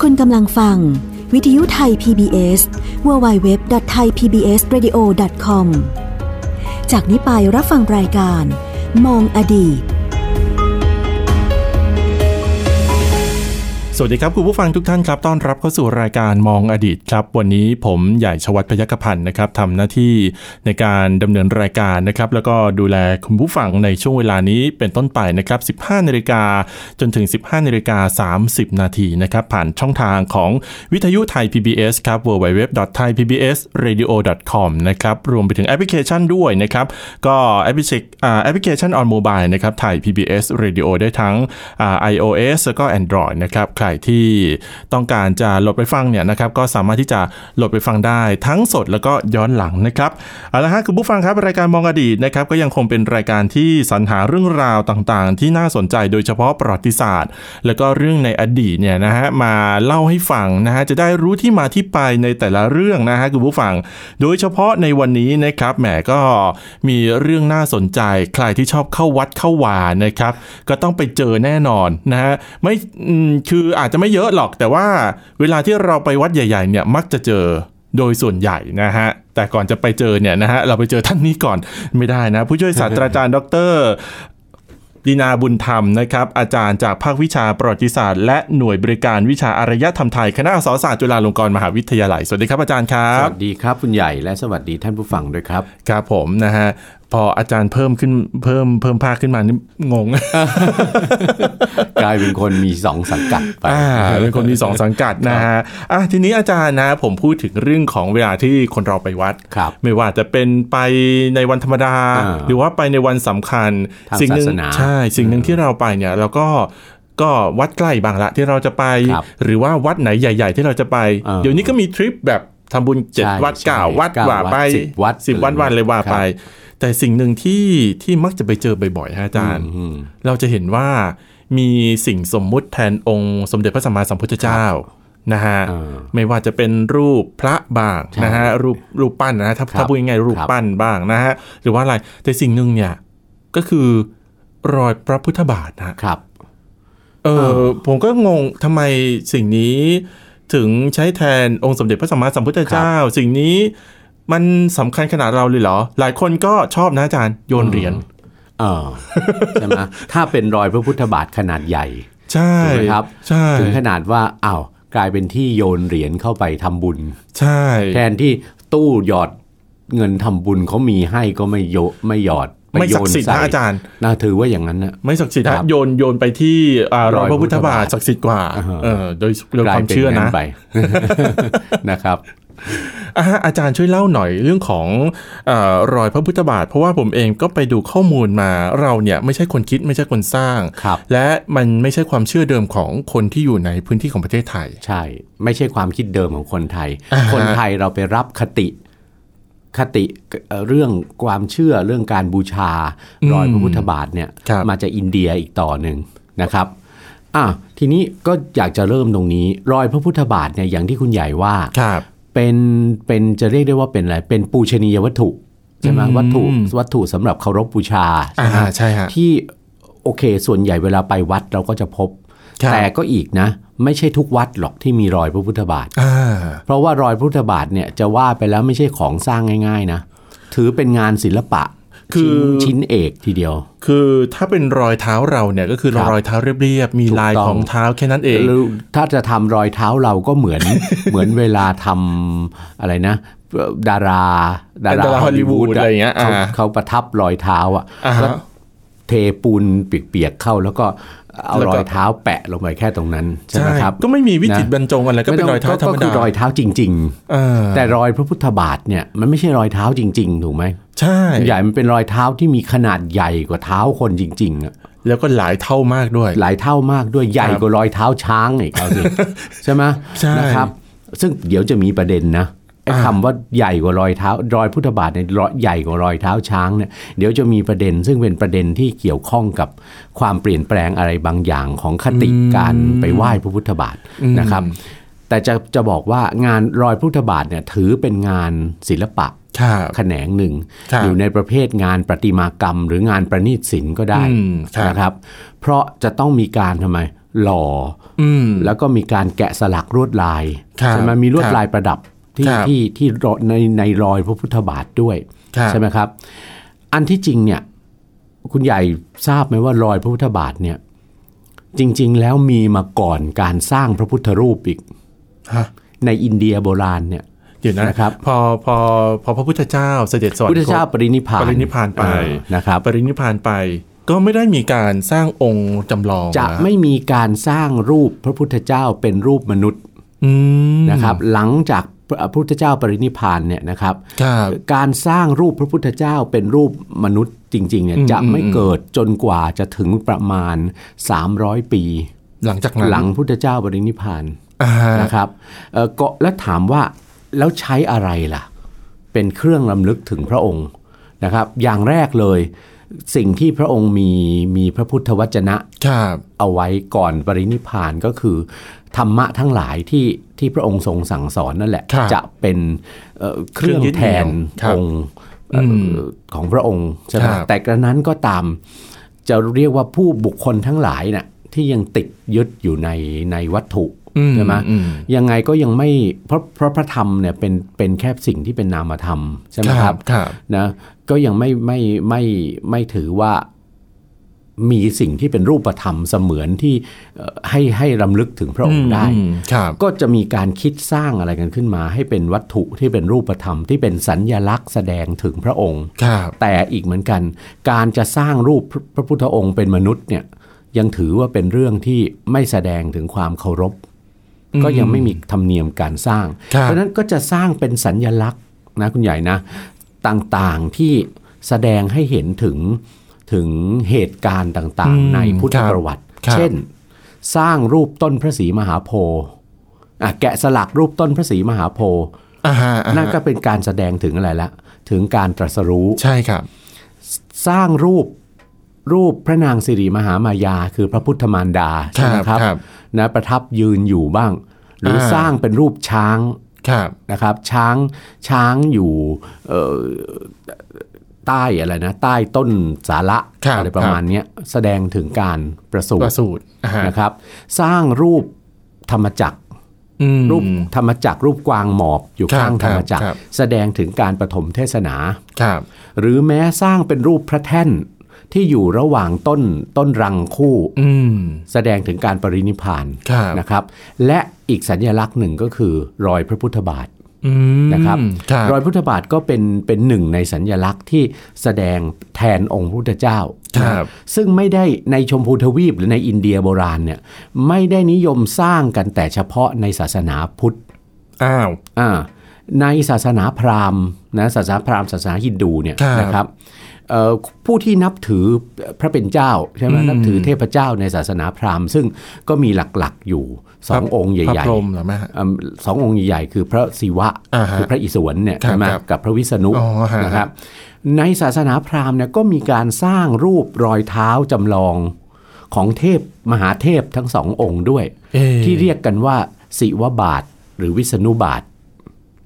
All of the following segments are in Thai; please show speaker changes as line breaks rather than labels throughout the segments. คุณกำลังฟัง วิทยุไทย PBS www.thaipbsradio.com จากนี้ไปรับฟังรายการ มองอดีต
สวัสดีครับคุณผู้ฟังทุกท่านครับต้อนรับเข้าสู่รายการมองอดีตครับวันนี้ผมใหญ่ชวัฒน์พยัคฆพันธ์นะครับทำหน้าที่ในการดำเนินรายการนะครับแล้วก็ดูแลคุณผู้ฟังในช่วงเวลานี้เป็นต้นไปนะครับ 15นาฬิกาจนถึง 15นาฬิกา30 นาทีนะครับผ่านช่องทางของวิทยุไทย PBS ครับ www.thaipbsradio.com นะครับรวมไปถึงแอปพลิเคชันด้วยนะครับก็แอปพลิเคอ่าแอปพลิเคชัน on mobile นะครับไทย PBS Radio ได้ทั้งอ่า iOS แล้วก็ Android นะครับ ใครที่ต้องการจะโหลดไปฟังเนี่ยนะครับ ก็สามารถที่จะโหลดไปฟังได้ทั้งสดแล้วก็ย้อนหลังนะครับ เอาละฮะคุณผู้ฟังครับ รายการมองอดีตนะครับ ก็ยังคงเป็นรายการที่สรรหาเรื่องราวต่างๆ ที่น่าสนใจโดยเฉพาะประวัติศาสตร์ แล้วก็เรื่องในอดีตเนี่ยนะฮะมาเล่าให้ฟังนะฮะจะได้รู้ที่มาที่ไปในแต่ละเรื่องนะฮะคุณผู้ฟัง โดยเฉพาะในวันนี้นะครับแหมก็มีเรื่องน่าสนใจ ใครที่ชอบเข้าวัดเข้าวานะครับ ก็ต้องไปเจอแน่นอนนะฮะไม่อืมคืออาจจะไม่เยอะหรอกแต่ว่าเวลาที่เราไปวัดใหญ่ ๆ เนี่ยมักจะเจอโดยส่วนใหญ่นะฮะ แต่ก่อนจะไปเจอเนี่ยนะฮะเราไปเจอท่านนี้ก่อนไม่ได้นะ ผู้ช่วยศาสตราจารย์ดร ดีนาบุญธรรมนะครับ อาจารย์จากภาควิชาประวัติศาสตร์ และหน่วยบริการวิชาอารยธรรมไทยคณะอักษรศาสตร์จุฬาลงกรณ์มหาวิทยาลัยสวัสดีครับอาจารย์ครั
ส
บ
วัสดีครับคุณใหญ่และสวัสดีท่านผู้ฟังด้วยครับ
ครับผมนะฮะพออาจารย์เพิ่มขึ้นเพิ่มเพิ่มภาคขึ้นมานี่งง
กลายเป็นคนมีสองสังกัดไป
อ่า เป็นคนมีสองสังกัดนะฮะอ่ะทีนี้อาจารย์นะผมพูดถึงเรื่องของเวลาที่คนเราไปวัด
ครับ
ไม่ว่าจะเป็นไปในวันธรรมดา
อ่า
หรือว่าไปในวันสำคัญ
ทาง
สิ่งหนึ่ง
ศาสนา
ใช่สิ่งหนึ่งที่เราไปเนี่ยเราก็ก็วัดใกล้บางละที่เราจะไป
ครับ
หรือว่าวัดไหนใหญ่ ๆ ที่เราจะไป
เออ
เดี๋ยวนี้ก็มีทริปแบบทำบุญเจ็ด
ใช่
วัด
ใช่
เก้าวัด
เก้า
ว่าไป
วัดสิบวัด
สิบวัด
อะไร
วันเลยว่า
ครับ
ไป แต่สิ่งหนึ่งที่ที่มักจะไปเจอบ่อยๆฮะอาจารย์
อืม
เราจะเห็นว่ามีสิ่งสมมุติแทนองค์สมเด็จพระสัมมาสัมพุทธเจ้านะฮะ
เออ
ไม่ว่าจะเป็นรูปพระบาง
ใช่
นะฮะรูปรูปปั้นนะฮะถ้า
ครับ
ถ้าพูดง่ายๆรูป
ครับ
ปั้นบ้างนะฮะหรือว่าอะไรแต่สิ่งหนึ่งเนี่ยก็คือรอยพระพุทธบาทนะฮะ
ครับ
เออผมก็งงทำไมสิ่งนี้ถึงใช้แทนองค์สมเด็จพระสัมมาสัมพุทธเจ้า สิ่งนี้มันสำคัญขนาดเราเลยเหรอ หลายคนก็ชอบนะอาจารย์โยนเหรียญ
เออ ใช่ไหมถ้าเป็นรอยพระพุทธบาทขนาดใหญ่
ใช่
ถูกไหมครับ
ใช่
ถึงขนาดว่าอ้าวกลายเป็นที่โยนเหรียญเข้าไปทำบุญ
ใช่
แทนที่ตู้หยอดเงินทำบุญเขามีให้ก็ไม่โยไม่หยอดป
ไม่ศักดิ์สิทธิ์
โยน
นะ
ใ
อาจารย์
น่าถือว่าอย่างนั้นนะ
ไม่ศักดิ์สิทธิ์
ครั
นะ
บ
โยนโยนไปที่อ่าร
ร
อ
อย ย
พระพุทธบาท
พุทธบาท
ศักดิ์สิทธิ์กว่า
อ่าฮะ
เออโดยโดย
กลยว
คาม
ป็
เชื่อนะ
ไป นะครับ
อ่ะฮะอาจารย์ช่วยเล่าหน่อยเรื่องของเอ่อรอยพระพุทธบาท เพราะว่าผมเองก็ไปดูข้อมูลมาเราเนี่ยไม่ใช่คนคิดไม่ใช่คนสร้าง
ครับ
และมันไม่ใช่ความเชื่อเดิมของคนที่อยู่ในพื้นที่ของประเทศไทย
ใช่ ไม่ใช่ความคิดเดิมของคนไทย
อ่าฮะ
คนไทยเราไปรับคติคติเอ่อเรื่องความเชื่อเรื่องการบูชา
อืม
รอยพระพุทธบาทเนี่ย
ครับ
มาจากอินเดียอีกต่อหนึ่งนะครับอ่ะทีนี้ก็อยากจะเริ่มตรงนี้ รอยพระพุทธบาทเนี่ยอย่างที่คุณใหญ่ว่า
ครับ
เป็นเป็นจะเรียกได้ว่าเป็นอะไรเป็นปูชนียวัตถุใช่ไหม
อืม
วัตถุวัตถุสำหรับเคารพบูชาใช่
อ่า
ไหม
ใช่ฮะ
ที่โอเคส่วนใหญ่เวลาไปวัดเราก็จะพบ
ครับ
แต่ก็อีกนะ ไม่ใช่ทุกวัดหรอกที่มีรอยพระพุทธบาท
อ่า
เพราะว่ารอยพระพุทธบาทเนี่ยจะว่าไปแล้วไม่ใช่ของสร้างง่าย ๆ นะ ถือเป็นงานศิลปะ
คือ
ชิ้นชิ้นเอกทีเดียว
คือถ้าเป็นรอยเท้าเราเนี่ยก็คือ
ครับ
รอยเท้าเรียบๆมี
ถูก
ลาย
ต้อง
ของเท้าแค่นั้นเอง
หรือถ้าจะทำรอยเท้าเราก็เหมือน เหมือนเวลาทำอะไรนะ ดารา
ดาราฮอลลีวูดอะไรอย่างเงี้ย
ขา
อ่า
เขาประทับรอยเท้าอ่ะ
อ่า
ก็
ฮะ
เทปูนเปียกๆเข้าแล้วก็เอา
แล้ว
ร
ก็
อยเท้าแปะลงไปแค่ตรงนั้นใช่ไหมครับ
ก็ไม่มีวิจิตร
นะ
บรรจงอะไรก็เป็นรอยเท้าธรรม
ก็
ดา
คือรอยเท้าจริง
เออ
ๆ แต่รอยพระพุทธบาทเนี่ยมันไม่ใช่รอยเท้าจริง ๆ ถูกไหม
ใช่
ใหญ่มันเป็นรอยเท้าที่มีขนาดใหญ่กว่าเท้าคนจริงๆอะ
แล้วก็หลายเท่ามากด้วย
หลายเท่ามากด้วยใหญ่กว่ารอยเท้าช้างอีกเอาสิ ใช่ไหม
ใช่
นะครับ ซึ่งเดี๋ยวจะมีประเด็นนะไอ้
อ่า
คำว่าใหญ่กว่ารอยเท้ารอยพุทธบาทในยรอยใหญ่กว่ารอยเท้าช้างเนี่ยเดี๋ยวจะมีประเด็น ซึ่งเป็นประเด็นที่เกี่ยวข้องกับความเปลี่ยนแปลงอะไรบางอย่างของคติการไปไหว้พระพุทธบาทนะครับ แต่จะจะบอกว่างานรอยพุทธบาทเนี่ยถือเป็นงานศิลปะ
ครับ
แขนงหนึ่ง
ครับ
อยู่ในประเภทงานประติมากรรม หรืองานประณีตศิลป์ก็ได้
อืมครับ
นะครับ เพราะจะต้องมีการทำไม หล่อ
อืม
แล้วก็มีการแกะสลักลวดลาย
ครับ
ใช่ไหมมีลวด
ครับ
ลายประดับที่
ครับ
ที่ที่รอในในรอยพระพุทธบาทด้วย
ครับ
ใช่ไหมครับ อันที่จริงเนี่ยคุณใหญ่ทราบไหมว่ารอยพระพุทธบาทเนี่ยจริง ๆ แล้วมีมาก่อนการสร้างพระพุทธรูปอีก
ฮะ
ในอินเดียโบราณเนี่ย
เดี๋ยวนะ
นะครับ
พอพอพอพระพุทธเจ้าเสด็จสวรร
พุทธ
ค
เจ้า
ต
ปรินิพพาน
ปรินิพพานไป
เออนะครับ
ปรินิพพานไป ก็ไม่ได้มีการสร้างองค์จำลอง
จะ
น
ไม่มีการสร้างรูปพระพุทธเจ้าเป็นรูปมนุษย์
อืม
นะครับ หลังจากพระพุทธเจ้าปรินิพพานเนี่ยนะครับ
ครับ
การสร้างรูปพระพุทธเจ้าเป็นรูปมนุษย์จริงๆเนี่ย
อืม
จะไม่
อืม
เกิดจนกว่าจะถึงประมาณ 300 ปี
หลังจากนั้น
หลังพุทธเจ้าปรินิพพาน
อ่าฮะ
นะครับเอ่อก็แล้วถามว่าแล้วใช้อะไรล่ะ เป็นเครื่องลำลึกถึงพระองค์นะครับ อย่างแรกเลย สิ่งที่พระองค์มีมีพระพุทธวจนะ
ครับ
เอาไว้ก่อนปรินิพพานก็คือ ธรรมะทั้งหลายที่ที่พระองค์ทรงสั่งสอนนั่นแหละ
ครับ
จะเป็นเอ่อเครื่อง
เครื่องยึด
แท
เหนี่ย
น
วครับ
องค์เอ่ออของพระองค์ใช่ไหม
ครับ
แต่กระนั้นก็ตามจะเรียกว่าผู้บุคคลทั้งหลายน่ะที่ยังติดยึดอยู่ในในวัตถุ
อื
ใช่ไหม
อื
ยังไงก็ยังไม่เพราะเพราะพระธรรมเนี่ยเป็นเป็นแค่สิ่งที่เป็นนามธรรมใช่ไหมค
ครั
รับ
บครับ
นะก็ยังไม่ไม่ไม่ไม่ถือว่ามีสิ่งที่เป็นรูปธรรมเสมือนที่เอ่อให้ให้รำลึกถึงพระองค์ได้
อืมครับ
ก็จะมีการคิดสร้างอะไรกันขึ้นมา ให้เป็นวัตถุที่เป็นรูปธรรม ที่เป็นสัญญลักษณ์แสดงถึงพระองค์
ครับ
แต่อีกเหมือนกัน การจะสร้างรูปพระพระพุทธองค์เป็นมนุษย์เนี่ยยังถือว่าเป็นเรื่องที่ไม่แสดงถึงความเคารพ ก็ยังไม่มีธรรมเนียมการสร้าง
ครับ
เพราะฉะนั้นก็จะสร้างเป็นสัญญลักษณ์นะคุณใหญ่นะ ต่างๆที่แสดงให้เห็นถึงถึงเหตุการณ์ต่างๆ ในพุทธประวัติ
ครับ
เช่น สร้างรูปต้นพระศรีมหาโพธิ์อ่ะแกะสลักรูปต้นพระศรีมหาโพธิ์
อ่าฮะอ่าฮะ
นั่นก็เป็นการแสดงถึงอะไรละ ถึงการตรัสรู้
ใช่ครับ
สร้างรูปรูปพระนางสิริมหามายา คือพระพุทธมารดาใช่ไหม
ครับ
ค
ค
รับ
รับ
นะประทับยืนอยู่บ้าง หรืออา สร้างเป็นรูปช้าง
ครับ
นะครับช้างช้างอยู่เอ่อใต้อะไรนะใต้ต้นสาระ
ครับ
อะไรประมาณเนี้ยแสดงถึงการประสู
ป
ติ
ระสูตรอ่าฮะ
นะครับ สร้างรูปธรรมจักร
อืม
รูปธรรมจักรรูปกวางหมอบอยู่
ครับ
ข้างธรรมจักร
ครับ
แสดงถึงการปฐมเทศนา
ครับ
หรือแม้สร้างเป็นรูปพระแท่นที่อยู่ระหว่างต้นต้นรังคู่
อืม
แสดงถึงการปรินิพพาน
ครับ
นะครับ และอีกสัญญลักษณ์หนึ่งก็คือรอยพระพุทธบาท
อืม
นะครับ
ครับ
อยพุทธบาทก็เป็นเป็นหนึ่งในสัญญลักษณ์ที่แสดงแทนองค์พระพุทธเจ้า
ค
นะ
รับ
ซึ่งไม่ได้ในชมพูทวีปหรือในอินเดียโบราณเนี่ยไม่ได้นิยมสร้างกันแต่เฉพาะในศาสนาพุทธ
อ้าว
อ่าในศาสนาพราหมณ์นะศาสนาพราหมณ์ศาสนาฮินดูเนี่ย
ครับ
นะครับเอ่อผู้ที่นับถือพระเป็นเจ้าใช่ไหม
อืม
นับถือเทพเจ้าในศาสนาพราหมณ์ ซึ่งก็มีหลักๆอยู่สององค์ให
พระ
ญ่
พรหม
ๆ
เหรอแม่ฮะ
อืมสององค์ใหญ่ๆคือพระศิวะ
อ่าฮะ
คือพระอิศวรเนี่ย
ครับ
ใช่ไหม
ครับ
กับพระวิษณุ
อ๋อฮะ
นะครับในศาสนาพราหมณ์เนี่ยก็มีการสร้างรูปรอยเท้าจำลองของเทพมหาเทพทั้งสององค์ด้วย
อ๊ะ
ที่เรียกกันว่าศิวบาท หรือวิษณุบาท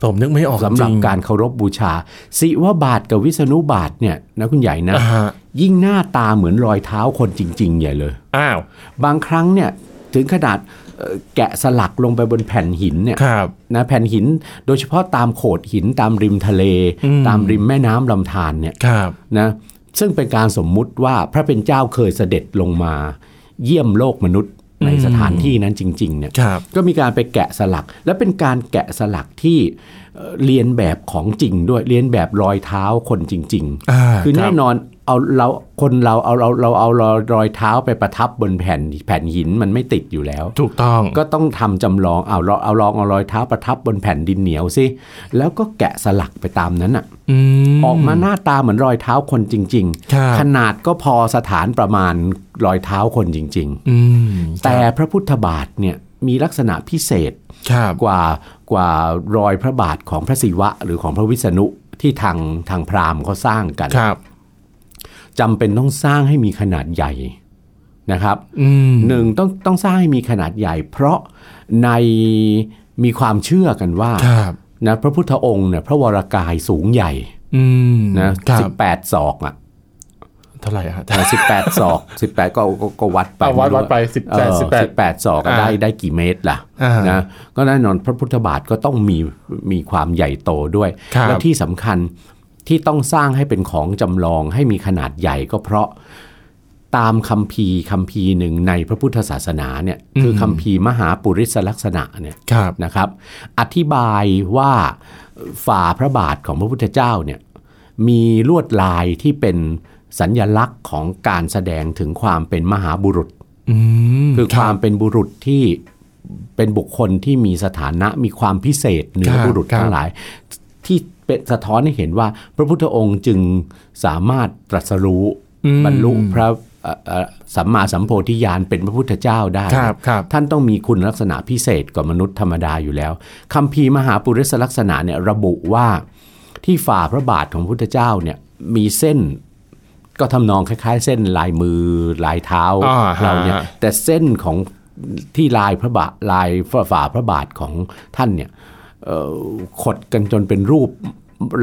ผมนึกไม่ออก
สำหรับ
จง
การเคารพบูชา ศิวบาทกับวิษณุบาทเนี่ยนะคุณใหญ่นะ
อ่าฮะ
ยิ่งหน้าตาเหมือนรอยเท้าคนจริง ๆ ใหญ่เลย
อ้าว
บางครั้งเนี่ยถึงขนาดเอ่อแกะสลักลงไปบนแผ่นหินเนี่ย
ครับ
นะแผ่นหินโดยเฉพาะตามโขดหินตามริมทะเล
อืม
ตามริมแม่น้ำลำธารเนี่ย
ครับ
นะซึ่งเป็นการสมมุติว่าพระเป็นเจ้าเคยเสด็จลงมา เยี่ยมโลกมนุษย์ในสถานที่นั้นจริงๆเนี่ย
ครับ
ก็มีการไปแกะสลัก และเป็นการแกะสลักที่เอ่อเรียนแบบของจริงด้วยเรียนแบบรอยเท้าคนจริง
อ่า
ๆ คือ
ครับ
แน่นอนเอาเราคนเราเอาเราเราเอารอยรอยเท้าไปประทับบนแผ่นแผ่นหินมันไม่ติดอยู่แล้ว
ถูกต้อง
ก็ต้องทำจำลองเอาเราเอาลองเอารอยเท้าประทับบนแผ่นดินเหนียวสิแล้วก็แกะสลักไปตามนั้นอ่ะ
อืม
ออกมาหน้าตาเหมือนรอยเท้าคนจริง
ครับ
ๆ ขนาดก็พอสถานประมาณรอยเท้าคนจริง ๆ
อืม
แต่พระพุทธบาทเนี่ยมีลักษณะพิเศษ
ครับ
กว่ากว่ารอยพระบาทของพระศิวะ หรือของพระวิษณุที่ทางทางพราหมณ์เขาสร้างกัน
ครับ
จำเป็นต้องสร้างให้มีขนาดใหญ่นะครับ
อืม
หนึ่งต้องต้องสร้างให้มีขนาดใหญ่ เพราะในมีความเชื่อกันว่า
ครับ
นะพระพุทธองค์เนี่ยพระวรากายสูงใหญ่
อืม
นะครับ สิบแปดศอกอะ
เท่าไหร่ฮะ
สิบแปดศอกสิบแปดก็ก็ก็วัดไป
อ่ะวัดวัดไป18
แปดศอกอะ
อ่า
ได้ได้กี่เมตรล่ะ
อ่าน
นะก็แน่นอนพระพุทธบาทก็ต้องมีมีความใหญ่โตด้วย
ครับ
แล้วที่สำคัญที่ต้องสร้างให้เป็นของจำลองให้มีขนาดใหญ่ก็เพราะตามคัมภีร์คัมภีร์หนึ่งในพระพุทธศาสนาเนี่ยคือ
ม
คัมภีร์มหาปุริสลักษณะเนี่ย
ครับ
นะครับอธิบายว่าฝ่าพระบาทของพระพุทธเจ้าเนี่ยมีลวดลายที่เป็นสัญญลักษณ์ของการแสดงถึงความเป็นมหาบุรุษ
อืม
คือความเป็นบุรุษที่เป็นบุคคลที่มีสถานะมีความพิเศษเหนือบุรุษทั้งหลาย ที่เป็นสะท้อนให้เห็นว่าพระพุทธองค์จึงสามารถตรัสรู้บรรลุพระเอ่อเอ่อสัมมาสัมโพธิญาณเป็นพระพุทธเจ้าได้
ครับครับ
ท่านต้องมีคุณลักษณะพิเศษกว่ามนุษย์ธรรมดาอยู่แล้วคัมภีร์มหาปุริสลักษณะเนี่ยระบุว่าที่ฝ่าพระบาทของพระพุทธเจ้าเนี่ยมีเส้นก็ทำนองคล้าย ๆ เส้นลายมือลายเท้า
อ่าฮะ
เราเนี่ยแต่เส้นของที่ลายพระบาทลายฝ่าฝ่าพระบาทของท่านเนี่ยเอ่อขดกันจนเป็นรูป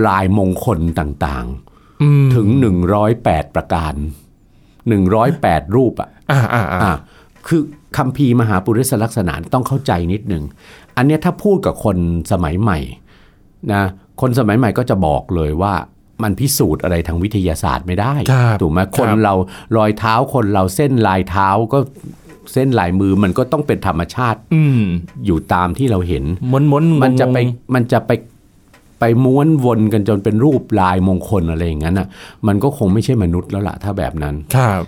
ลายมงคลต่างๆ ถึง 108 ประการ 108 รูปอะ
อ่าอ่าอ่า
อ่ะคือคัมภีร์มหาปุริสลักษณะต้องเข้าใจนิดหนึ่ง อันเนี้ยถ้าพูดกับคนสมัยใหม่นะ คนสมัยใหม่ก็จะบอกเลยว่ามันพิสูจน์อะไรทางวิทยาศาสตร์ไม่ได้
ครับ
ถูกไหม
ครับ
คนเรารอยเท้าคนเราเส้นลายเท้าก็เส้นลายมือมันก็ต้องเป็นธรรมชาติ
อืม
อยู่ตามที่เราเห็น
ม้วนม้วน
มันจะไป
งง
มันจะไปไปม้วนวนกันจนเป็นรูปลายมงคลอะไรอย่างนั้นอ่ะ มันก็คงไม่ใช่มนุษย์แล้วล่ะถ้าแบบนั้น
ครับ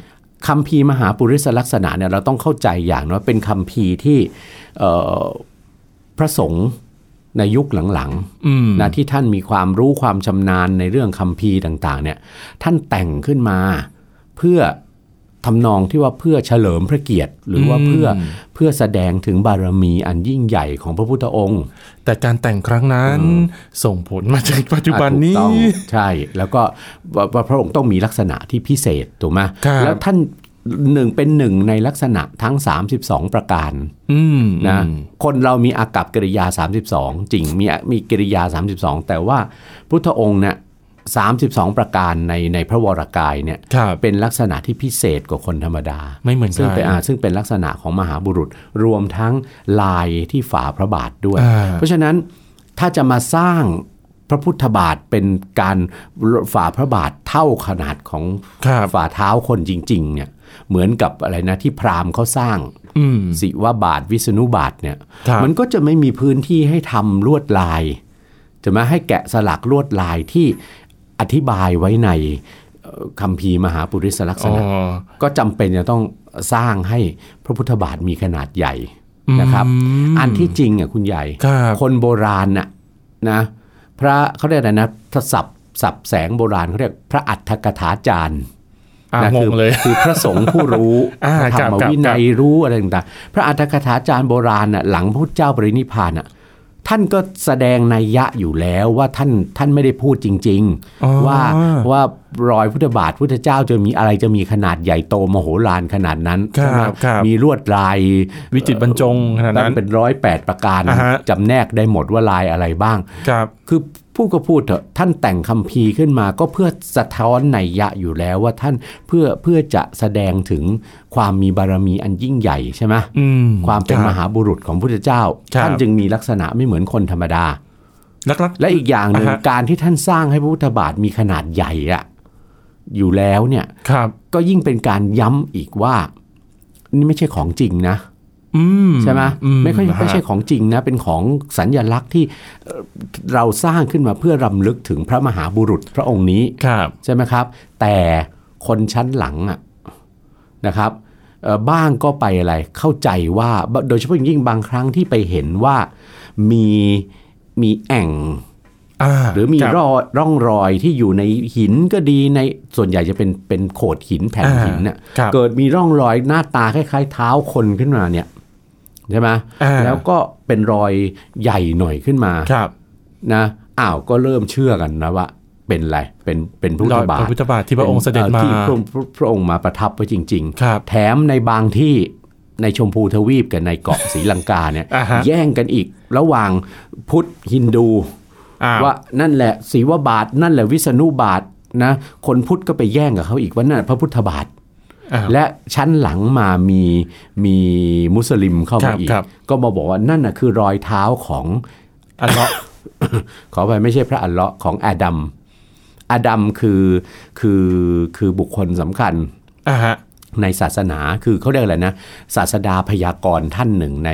คำพีร์มหาปุริสลักษณะเนี่ยเราต้องเข้าใจอย่างนะว่าเป็นคำพีร์ที่เอ่อพระสงฆ์ในยุคหลัง
อืม
ๆนะที่ท่านมีความรู้ความชำนาญในเรื่องคำพีร์ต่างๆเนี่ยท่านแต่งขึ้นมาเพื่อทำนองที่ว่าเพื่อเฉลิมพระเกียรติ หรือว่า
อืม
เพื่อเพื่อแสดงถึงบารมีอันยิ่งใหญ่ของพระพุทธองค์
แต่การแต่งครั้งนั้น ส่งผลมาจากปัจจุบันนี้
อ่ะถูกต้องใช่แล้วก็ว่าว่าพระองค์ต้องมีลักษณะที่พิเศษถูกไหม
ครับ
แล้วท่านหนึ่งเป็นหนึ่งในลักษณะทั้ง 32 ประการ
อืม
นะคนเรามีอากับกิริยา 32 จริงมีมีกิริยา 32 แต่ว่าพุทธองค์เนี่ย32 ประการในในพระวรากายเนี่ย
ครับ
เป็นลักษณะที่พิเศษกว่าคนธรรมดา
ไม่เหมือน
ซึ่ง
กั
เป็นอ่าน ซึ่งเป็นลักษณะของมหาบุรุษรวมทั้งลายที่ฝาพระบาทด้วย
อ่า
เพราะฉะนั้นถ้าจะมาสร้างพระพุทธบาทเป็นการฝ่าพระบาทเท่าขนาดของ
ครับ
ฝ่าเท้าคนจริงๆเนี่ยเหมือนกับอะไรนะที่พราหมณ์เขาสร้าง
อืม
ศิวบาทวิษณุบาทเนี่ย
ครับ
มันก็จะไม่มีพื้นที่ให้ทำลวดลายจะมาให้แกะสลักลวดลายที่อธิบายไว้ในเอ่อคัมภีร์มหาปุริสลักษ
อ๋อ
ณะ ก็จำเป็นจะต้องสร้างให้พระพุทธบาทมีขนาดใหญ่นะครับ อันที่จริงอ่ะคุณใหญ่
ครับ
คนโบราณน่ะนะพระเขาเรียกอะไรนะทศัพท์ศัพท์แสงโบราณเขาเรียกพระอัฏฐกถาจารย์
อ่ะ
นะ
ง
คื
งเลย
คือพระสงฆ์ผู้รู้
อ่า
ธ
ค
ร
รับ
รม
ครับ
วินัยรู้อะไรต่างๆ พระอัฏฐกถาจารย์โบราณน่ะหลังพระพุทธเจ้าปรินิพพานน่ะท่านก็แสดงนัยยะอยู่แล้วว่าท่านท่านไม่ได้พูดจริง
อ๋อ
ๆ ว่าว่ารอยพุทธบาทพุทธเจ้าจะมีอะไรจะมีขนาดใหญ่โตมโหฬารขนาดนั้น
ครับ
ใช่ไหม
ครับ
มีลวดลาย
วิจิตรบรรจงขนาด
นั้
นั้น
นเป็นร้อยแปดประการ
อ่าฮะ
จำแนกได้หมดว่าลายอะไรบ้าง
ครับ
คือพูดก็พูดเถอะท่านแต่งคัมภีร์ขึ้นมาก็เพื่อสะท้อนในยยะอยู่แล้วว่าท่านเพื่อเพื่อจะแสดงถึงความมีบารมีอันยิ่งใหญ่ใช่ไหม
อืม
ความเป็น
รับ
มหาบุรุษของพระพุทธเจ้า
ครับ
ท่านจึงมีลักษณะไม่เหมือนคนธรรมดา
ลักลัก
และอีกอย่างหนึ่ง
อ่าฮะ
การที่ท่านสร้างให้พระพุทธบาทมีขนาดใหญ่อะอยู่แล้วเนี่ย
ครับ
ก็ยิ่งเป็นการย้ำอีกว่า นี่ไม่ใช่ของจริงนะ
อืม
ใช่ไหม
อื
ไม่ค่อย
ฮะ
ไม่ใช่ของจริงนะ เป็นของสัญญลักษณ์ที่เอ่อเราสร้างขึ้นมาเพื่อรำลึกถึงพระมหาบุรุษพระองค์นี้
ครับ
ใช่ไหมครับ แต่คนชั้นหลังอะนะครับเอ่อบ้างก็ไปอะไรเข้าใจว่าโดยเฉพาะอย่างยิ่งบางครั้งที่ไปเห็นว่ามีมีแอ่ง
อ่า
หรือมี
คบ
รอยร่องรอยที่อยู่ในหินก็ดีในส่วนใหญ่จะเป็นเป็นโขดหินแผ่น
อ่า
หินน่ะ
ครับ
เกิดมีร่องรอยหน้าตาคล้าย ๆ เท้าคนขึ้นมาเนี่ยใช่ไหม
อ่า
แล้วก็เป็นรอยใหญ่หน่อยขึ้นมา
ครับ
นะอ้าวก็เริ่มเชื่อกันนะว่าเป็นอะไรเป็นเป็นพระพุ
ร
ทธ
อย
บาท
พระพุทธบาทที่พระองค์เสด็จมา
ที่พระองค์พระองค์มาประทับไว้จริง ๆ
ครับ
แถมในบางที่ในชมพูทวีปกับในเกาะศรีลังกาเนี่ย
อ่าฮะ
แย่งกันอีกระหว่างพุทธฮินดู
อ่า
ว่านั่นแหละศีวบาท นั่นแหละวิษณุบาท นะคนพุทธก็ไปแย่งกับเขาอีกว่านั่นพระพุทธบาท
อ่า
และชั้นหลังมามีมีมุสลิมเข้า
ครั
มา
บ
อีก
ครับ
ก็มาบอกว่านั่นน่ะคือรอยเท้าของ
อัลเลาะห์
ขอไปไม่ใช่พระอัลเลาะห์ของอาดัมอาดัมคือคือคือบุคคลสำคัญ
อ่าฮะ
ในศาสนาคือเขาเรียกอะไรนะ ศาสดาพยากรณ์ท่านหนึ่งใน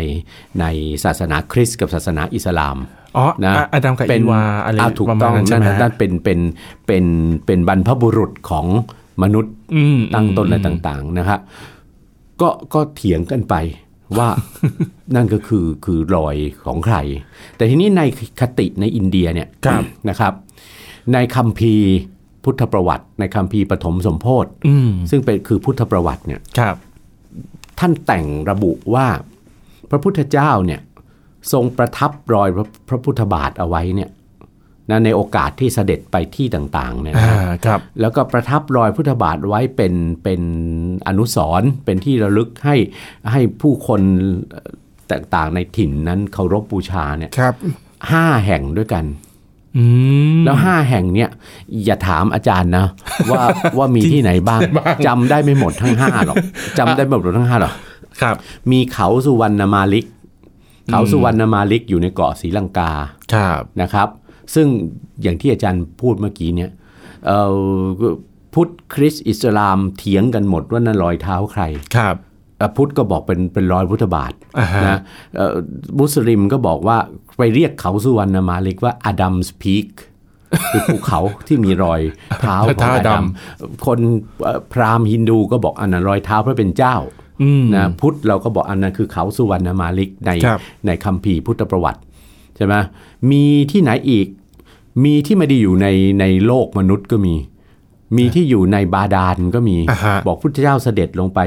ในศาสนาคริสต์กับศาสนาอิสลาม
อ๋อ
นะ
อ่ะอาดัมกับอีวาอะไร
าถูก
ประมา
ต้
ณ
อง
นั้นใช่
นั่น
ไหม
นะนั่นเป็นเป็นเป็นเป็นบรรพบุรุษของมนุษย์
อืม
ตั้งต้นอะไร
ม
ต่างๆนะครับก็ก็เถียงกันไป ว่า นั่นก็คือคือรอยของใคร แต่ทีนี้ในคติในอินเดียเนี่ย
ครับ
นะครับ ในคัมภีร์พุทธประวัติ ในคัมภีร์ปฐมสมโพธิ
อืม
ซึ่งเป็นคือพุทธประวัติเนี่ย
ครับ
ท่านแต่งระบุว่าพระพุทธเจ้าเนี่ยทรงประทับรอยพระพระพุทธบาทเอาไว้เนี่ยนะในโอกาสที่เสด็จไปที่ต่างๆเนี่ย
อ่า
นะครับ
ครับ
แล้วก็ประทับรอยพุทธบาทไว้เป็นเป็นอนุสรณ์เป็นที่ระลึกให้ให้ผู้คนเอ่อต่างๆในถิ่นนั้นเคารพบูชาเนี่ย
ครับ
ห้าแห่งด้วยกัน
อืม
แล้วห้าแห่งเนี่ยอย่าถามอาจารย์นะว่าว่ามีที่ไหนบ้างจำได้ไม่หมดทั้งห้าหรอกจำได้ไม่หมดทั้งห้าหรอก
ครับ
มีเขาสุวรรณมาลิก เขาสุวรรณมาลิกอยู่ในเกาะศรีลังกา
ครับ
นะครับ ซึ่งอย่างที่อาจารย์พูดเมื่อกี้เนี่ยเอ่อพุทธคริสต์อิสลามเถียงกันหมดว่านั่นรอยเท้าใคร
ครับ
เอ่อพุทธก็บอกเป็นเป็นรอยพุทธบาท
อ่าฮะ
นะเอ่อมุสลิมก็บอกว่าไปเรียกเขาสุวรรณมาลิกว่าอดัมส์พีกคือภูเขาที่มีรอยเท้าของอาดัมคนเอ่อพราหมณ์ฮินดูก็บอกอันนั้นรอยเท้าพระเป็นเจ้า
อืม
นะพุทธเราก็บอกอันนั้นคือเขาสุวรรณมาลิกใน
ครับ
ในคัมภีร์พุทธประวัติ ใช่ไหมมีที่ไหนอีก มีที่ไม่ได้อยู่ในในโลกมนุษย์ก็มี มีที่อยู่ในบาดาลก็มี
อ่าฮะ
บอกพุทธเจ้าเสด็จลงไป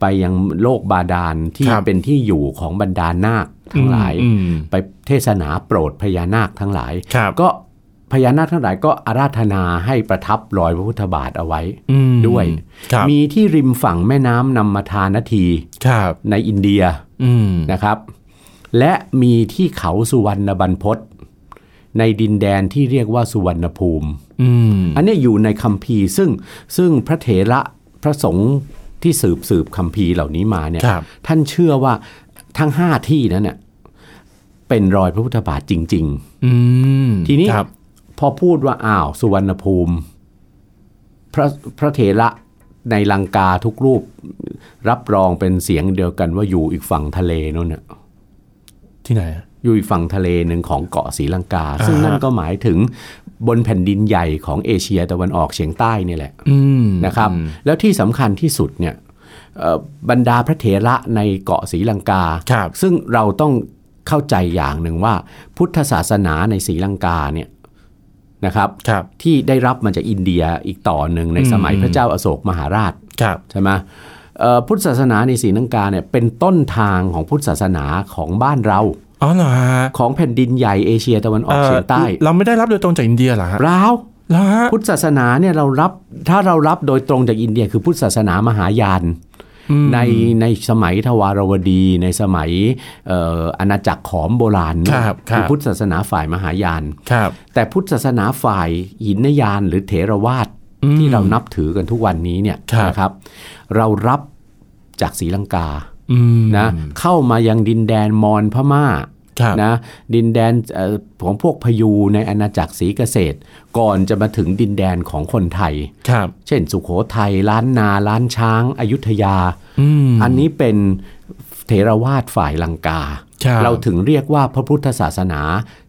ไปยังโลกบาดาลที่
ครับ
เป็นที่อยู่ของบรรดานาคทั้งหลาย
อืม
ไปเทศนาโปรดพญานาคทั้งหลาย
ครับ
ก็พญานาคทั้งหลายก็อาราธนาให้ประทับรอยพระพุทธบาทเอาไว้
อืม
ด้วย
ครับ
มีที่ริมฝั่งแม่น้ำนำมาทานที
ครับ
ในอินเดีย
อืม
นะครับ และมีที่เขาสุวรรณบรรพตในดินแดนที่เรียกว่าสุวรรณภูมิ
อืม
อันเนี้ยอยู่ในคัมภีร์ซึ่งซึ่งพระเถระพระสงฆ์ที่สืบสืบคัมภีร์เหล่านี้มาเนี่ย
ครับ
ท่านเชื่อว่าทั้งห้าที่นั้นเน่ยเป็นรอยพระพุทธบาทจริง
อืม
ๆ ทีนี้
ครับ
พอพูดว่าอ้าวสุวรรณภูมิ พระพระเถระในลังกาทุกรูป รับรองเป็นเสียงเดียวกันว่าอยู่อีกฝั่งทะเลนั่นน่ะ
ที่ไหนอะ
อยู่อีกฝั่งทะเลหนึ่งของเกาะศรีลังกา
อ่าฮะ
ซึ่งนั่นก็หมายถึงบนแผ่นดินใหญ่ของเอเชียตะวันออกเฉียงใต้เนี่ยแหละ
อืม
นะครับ แล้วที่สำคัญที่สุดเนี่ยเอ่อบรรดาพระเถระในเกาะศรีลังกา
ครับ
ซึ่งเราต้องเข้าใจอย่างหนึ่งว่า พุทธศาสนาในศรีลังกาเนี่ยนะครับ
ครับ
ที่ได้รับมาจากอินเดียอีกต่อหนึ่งในสมัย
อืม
พระเจ้าอาโศกมหาราช
ครับ
ใช่ไหมเอ่อพุทธศาสนาในศรีลังกาเนี่ยเป็นต้นทางของพุทธศาสนาของบ้านเรา
อ๋อเหรอฮะ
ของแผ่นดินใหญ่เอเชียตะวันออกเฉียงใต้
อ่อเราไม่ได้รับโดยตรงจากอินเดียเหรอฮะ
เปล่า
แล้วฮะ
พุทธศาสนาเนี่ยเรารับถ้าเรารับโดยตรงจากอินเดียคือพุทธศาสนามหายาน
อืม
ในในสมัยทวารวดี ในสมัยเอ่ออาณาจักรขอมโบราณ
ครับครับ
พุทธศาสนาฝ่ายมหายาน
ครับ
แต่พุทธศาสนาฝ่ายหินยานหรือเถรวาท
อืม
ที่เรานับถือกันทุกวันนี้เนี่ย
ครับ
นะครับ เรารับจากศรีลังกา
อืม
นะเข้ามายังดินแดนมอญพม่า
ครับ
นะดินแดนเอ่อของพวกพยูในอาณาจักรศรีเกษตร ก่อนจะมาถึงดินแดนของคนไทย
ครับ
เช่น สุขโขทัยล้านนา ล้านช้างอายุทยา
อืม
อันนี้เป็นเถรวาทฝ่ายลังกา
ครับ
เราถึงเรียกว่าพระพุทธศาสนา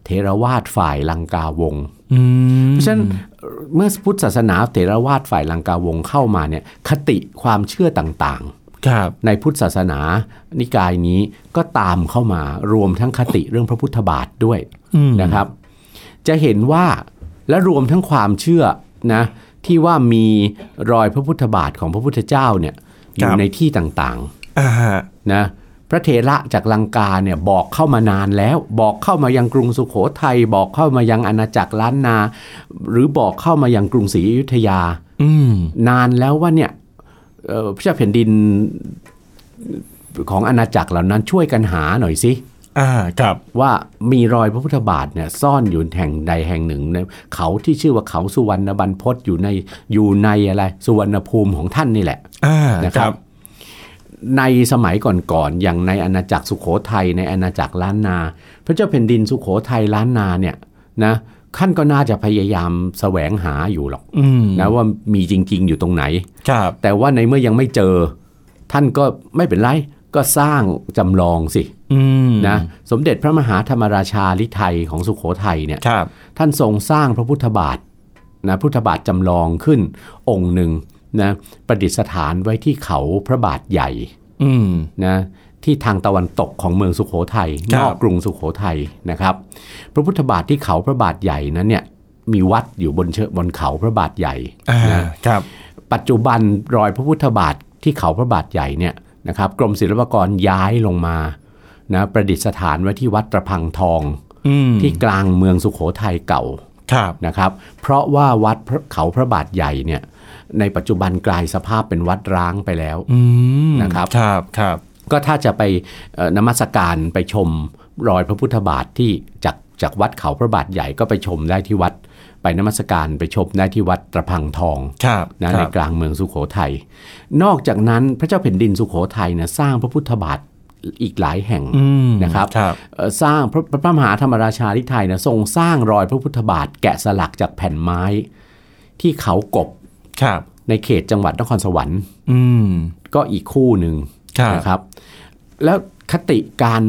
เถรวาทฝ่ายลังกาวงศ์
อืม
เพราะฉะนั้นเอ่อเมื่อพุทธศาสนาเถรวาทฝ่ายลังกาวงศ์เข้ามาเนี่ยคติความเชื่อต่างๆ
ครับ
ในพุทธศาสนานิกายนี้ก็ตามเข้ามารวมทั้งคติเรื่องพระพุทธบาทด้วย
อืม
นะครับ จะเห็นว่าและรวมทั้งความเชื่อนะที่ว่ามีรอยพระพุทธบาทของพระพุทธเจ้าเนี่ยอ
ค
ยู่
รับ
ในที่ต่าง
อ่าฮะ
ๆนะพระเถระจากลังกาเนี่ยบอกเข้ามานานแล้ว บอกเข้ามายังกรุงสุโขทัยบอกเข้ามายังอาณาจักรล้านนา หรือบอกเข้ามายังกรุงศรีอยุธยา
อืม
นานแล้วว่าเนี่ยเอ่อพระเจ้าแผ่นดินของอาณาจักรเหล่านั้นช่วยกันหาหน่อยสิ
อ่าครับ
ว่ามีรอยพระพุทธบาทเนี่ยซ่อนอยู่แห่งใดแห่งหนึ่งในเขาที่ชื่อว่าเขาสุวรรณบรรพตอยู่ในอยู่ในอะไรสุวรรณภูมิของท่านนี่แหละ
อ่า
นะ
ค
ค
รั
รับ บ ในสมัยก่อนๆอย่างในอาณาจักรสุโขทัยในอาณาจักรล้านนา พระเจ้าแผ่นดินสุโขทัยล้านนาเนี่ยนะท่านก็น่าจะพยายามแสวงหาอยู่หรอก
อืม
นะว่ามีจริง ๆ อยู่ตรงไหน
ครับ
แต่ว่าในเมื่อยังไม่เจอ ท่านก็ไม่เป็นไรก็สร้างจำลองสิ
อืม
นะสมเด็จพระมหาธรรมราชาลิไทยของสุโขทัยเนี่ย
ครับ
ท่านทรงสร้างพระพุทธบาทนะพุทธบาทจำลองขึ้นองค์หนึ่งนะประดิษฐานไว้ที่เขาพระบาทใหญ่
อืม
นะที่ทางตะวันตกของเมืองสุโขทัย
ครั
น
บ
อกกรุงสุโขทัยนะครับ พระพุทธบาทที่เขาพระบาทใหญ่นั้นเนี่ยมีวัดอยู่บนเชิงบนเขาพระบาทใหญ่
อ่าครับ
ปัจจุบันรอยพระพุทธบาทที่เขาพระบาทใหญ่เนี่ยนะครับกรมศิลปากรย้ายลงมานะประดิษฐานไว้ที่วัดตระพังทอง
อืม
ที่กลางเมืองสุโขทัยเก่า
ครับ
นะครับ เพราะว่าวัดพระเขาพระบาทใหญ่เนี่ยในปัจจุบันกลายสภาพเป็นวัดร้างไปแล้ว
อืม
นะครับ
ครับครับ
ก็ถ้าจะไปเอ่อนมัสการไปชมรอยพระพุทธบาทที่จากจากวัดเขาพระบาทใหญ่ก็ไปชมได้ที่วัด ไปนมัสการไปชมได้ที่วัดตระพังทอง
ครับ
นะครับในกลางเมืองสุโขทัยนอกจากนั้นพระเจ้าแผ่นดินสุโขทัยนะสร้างพระพุทธบาทอีกหลายแห่ง
อืม
นะครับ
ครับ
เอ่อสร้างพระพระมหาธรรมราชาทิไทยนะทรงสร้างรอยพระพุทธบาทแกะสลักจากแผ่นไม้ ที่เขากบ
ครับ
ในเขตจังหวัดนครสวรรค์
อืม
ก็อีกคู่หนึ่ง
ครับ
นะครับ แล้วคติการ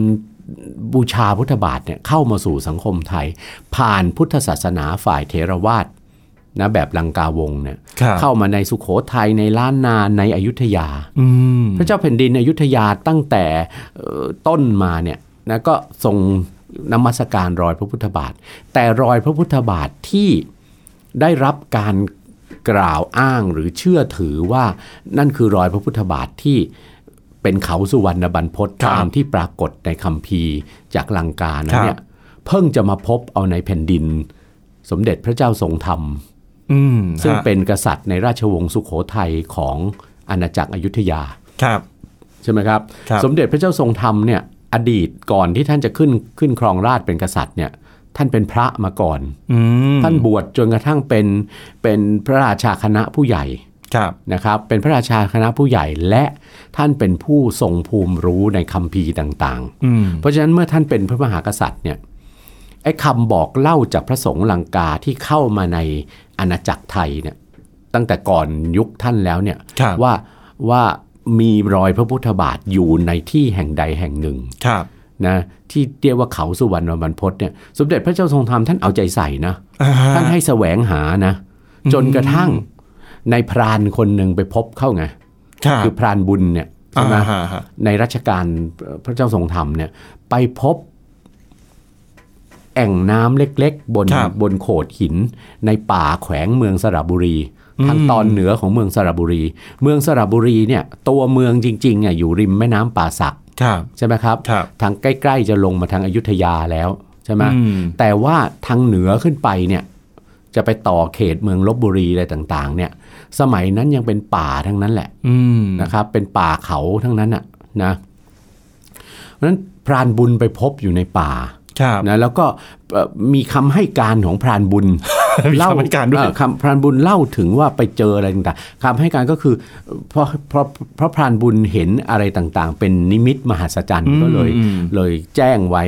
บูชาพุทธบาทเนี่ยเข้ามาสู่สังคมไทย ผ่านพุทธศาสนาฝ่ายเทรวาสนะแบบลังกาวงศ์เนี่ย
ครับ
เข้ามาในสุโขทัยในล้านนาในอยุธยา
อืม
พระเจ้าแผ่นดินอยุธยาตั้งแต่เอ่อต้นมาเนี่ยนะก็ทรงนมัสการรอยพระพุทธบาท แต่รอยพระพุทธบาทที่ได้รับการกล่าวอ้างหรือเชื่อถือว่านั่นคือรอยพระพุทธบาทที่เป็นเขาสุวรรณบรรพต
ครับ
ตามที่ปรากฏในคัมภีร์จากลังกา
ครั
นะ
บ
เนี่ยเพิ่งจะมาพบเอาในแผ่นดิน สมเด็จพระเจ้าทรงธรรม
อืม
ซึ่ง
ฮะ
เป็นกษัตริย์ในราชวงศ์สุโขทัยของอาณาจักรอยุธยา
ครับ
ใช่ไหมครับ
ครับ
สมเด็จพระเจ้าทรงธรรมเนี่ยอดีตก่อนที่ท่านจะขึ้นขึ้นครองราชย์เป็นกษัตริย์เนี่ยท่านเป็นพระมาก่อน
อืม
ท่านบวชจนกระทั่งเป็นเป็นพระราชาคณะผู้ใหญ่
ครับ
นะครับ เป็นพระราชาคณะผู้ใหญ่และท่านเป็นผู้ทรงภูมิรู้ในคัมภีร์ต่าง
อืม
ๆ เพราะฉะนั้นเมื่อท่านเป็นพระมหากษัตริย์เนี่ยไอ้คำบอกเล่าจากพระสงฆ์ลังกาที่เข้ามาในอาณาจักรไทยเนี่ยตั้งแต่ก่อนยุคท่านแล้วเนี่ย
ครับ
ว่าว่ามีรอยพระพุทธบาทอยู่ในที่แห่งใดแห่งหนึ่ง
ครับ
นะที่เรียกว่าเขาสุวรรณบรรพตเนี่ยสมเด็จพระเจ้าทรงธรรมท่านเอาใจใส่นะ
อ่าฮะ
ท่านให้แสวงหานะจนกระทั่งในายพรานคนหนึ่งไปพบเข้าไง
ครับ
คือพรานบุญเนี่ยใช่ไหม
อ่าฮะฮะ
ในรัชกาลเอ่อพระเจ้าทรงธรรมเนี่ยไปพบ แอ่งน้ำเล็กๆ บน
ครับ
บนโขดหิน ในป่าแขวงเมืองสระบุรี ทางตอนเหนือของเมืองสระบุรี เมืองสระบุรีเนี่ยตัวเมืองจริงๆอ่ะอยู่ริมแม่น้ำป่าสัก
ครับ
ใช่ไหมครับ
ครับ
ทางใกล้ ๆ จะลงมาทางอยุธยาแล้วใช่ไหม
อืม
แต่ว่าทางเหนือขึ้นไปเนี่ยจะไปต่อเขตเมืองลบบุรีอะไรต่างๆ เนี่ยสมัยนั้นยังเป็นป่าทั้งนั้นแหละ
อืม
นะครับเป็นป่าเขาทั้งนั้นอ่ะนะเพราะฉะนั้นพรานบุญไปพบอยู่ในป่า
ครับ
นะแล้วก็เอ่อมีคำให้การของพรานบุญ
มีคำให้การด้วย
เอ่อคำพรานบุญเล่าถึงว่าไปเจออะไรต่างๆคำให้การก็คือเอ่อเพราะเพราะเพราะพรานบุญเห็นอะไรต่างๆ เป็นนิมิตมหัศจรรย์ก็เลย
อืม
เลยแจ้งไว้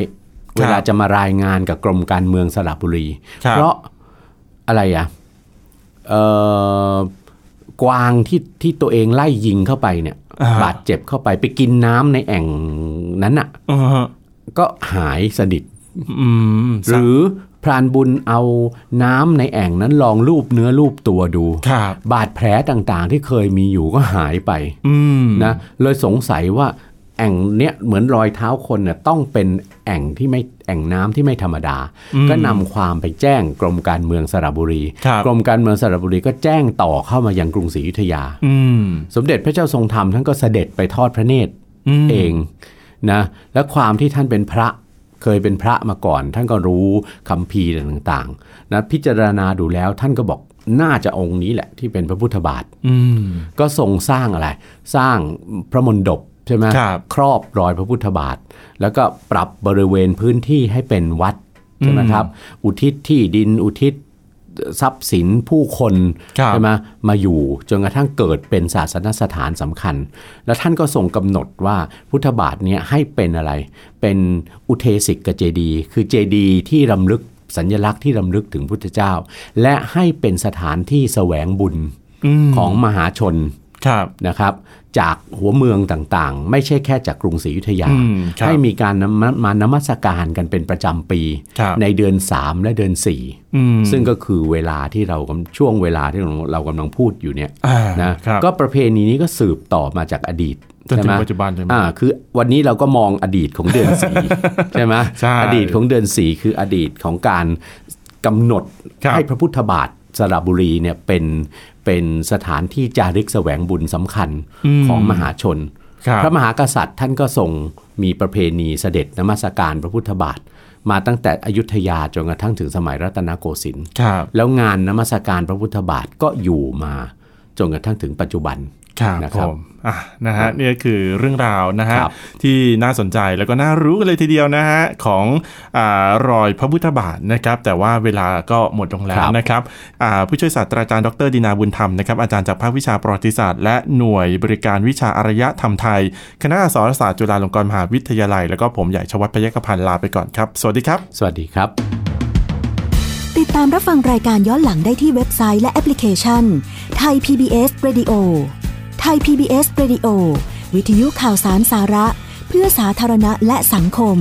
ครับ
เวลาจะมารายงานกับกรมการเมืองสระบุรี
ครับ
เพราะอะไรอ่ะเอ่อกวางที่ที่ตัวเองไล่ยิงเข้าไปเนี่ยบาดเจ็บเข้าไปไปกินน้ำในแอ่งนั้นอ่ะ
อ่าฮะ
ก็หายสนิท
อืม
หรือพรานบุญเอาน้ำในแอ่งนั้นลองรูปเนื้อรูปตัวดู
ครับ
บาดแผลต่างๆ ที่เคยมีอยู่ก็หายไป
อืม
นะเลยสงสัยว่าแอ่งเนี้ยเหมือนรอยเท้าคนเนี่ยต้องเป็นแอ่งที่ไม่แอ่งน้ำที่ไม่ธรรมดา ก็นำความไปแจ้งกรมการเมืองสระบุรี
ครับ
กรมการเมืองสระบุรีก็แจ้งต่อเข้ามายังกรุงศรีอยุธยา
อืม
สมเด็จพระเจ้าทรงธรรมท่านก็เสด็จไปทอดพระเนตร
ม
เองนะและความที่ท่านเป็นพระเคยเป็นพระมาก่อน ท่านก็รู้คำพีร์ต่างๆนะพิจารณาดูแล้วท่านก็บอกน่าจะองค์นี้แหละที่เป็นพระพุทธบาท
อืม
ก็ทรงสร้างอะไร สร้างพระมณฑป ใช่ไหม
ครับ
ครอบรอยพระพุทธบาท แล้วก็ปรับบริเวณพื้นที่ให้เป็นวัดใช่ไหมครับ อุทิศที่ดินอุทิศทรัพย์สินผู้คน
ครับ
ใช่ไหมมาอยู่จนกระทั่งเกิดเป็นศาสนสถานสำคัญ แล้วท่านก็ทรงกำหนดว่าพุทธบาทเนี้ยให้เป็นอะไร เป็นอุเทสิกเจดีย์คือเจดีย์ที่รำลึกสัญญลักษณ์ที่รำลึกถึงพุทธเจ้า และให้เป็นสถานที่แสวงบุญของมหาชน
ครับ
นะครับจากหัวเมืองต่างๆ ไม่ใช่แค่จากกรุงศรีอยุธยา
อืมครับ
ให้มีการนำมามานมัสการกันเป็นประจำปี
ครับ
ในเดือน 3 และเดือน 4 ซึ่งก็คือเวลาที่เรากำช่วงเวลาที่เราเรากำลังพูดอยู่เนี่ย
อ่า
นะครับ ก็ประเพณีนี้ก็สืบต่อมาจากอดีต
จนถึง
ใช่ไหม
ปัจจุบันใช่ไหม
อ่าคือวันนี้เราก็มองอดีตของเดือน 4 ใช่ไหม
ใช่
อดีตของเดือน 4 คืออดีตของการกำหนด
ครับ
ให้พระพุทธบาทสระบุรีเนี่ยเป็นเป็นสถานที่จาริกแสวงบุญสำคัญของมหาชน
ครับ
พระมหากษัตริย์ท่านก็ทรงมีประเพณีเสด็จนมัสการพระพุทธบาท มาตั้งแต่อยุธยาจนกระทั่งถึงสมัยรัตนโกสินทร์
ครับ
แล้วงานนมัสการพระพุทธบาทก็อยู่มาจนกระทั่งถึงปัจจุบัน
ครับ
นะ
ผ
ครับ
มอ่ะนะฮะนี่ก็คือเรื่องราวนะฮะ
ครับ
ที่น่าสนใจแล้วก็น่ารู้กันเลยทีเดียวนะฮะของอารอยพระพุทธบาทนะครับ แต่ว่าเวลาก็หมดลงแล้วนะครับอ่าผู้ช่วยศาสตราจารย์ดรดินาบุญธรรมนะครับอาจารย์จากภาควิชาประวัติศาสตร์ และหน่วยบริการวิชาอารยธรรมไทย คณะอักษรศาสตร์จุฬาลงกรณ์มหาวิทยาลัย แล้วก็ผมใหญ่ชวัฒน์พยกพันธ์ลาไปก่อนครับ สวัสดีครับ
สวัสดีครับ
ติดตามรับฟังรายการย้อนหลังได้ที่เว็บไซต์และแอปพลิเคชันไทย PBS Radio ไทย PBS Radio วิทยุข่าวสารสาระ เพื่อสาธารณะและสังคม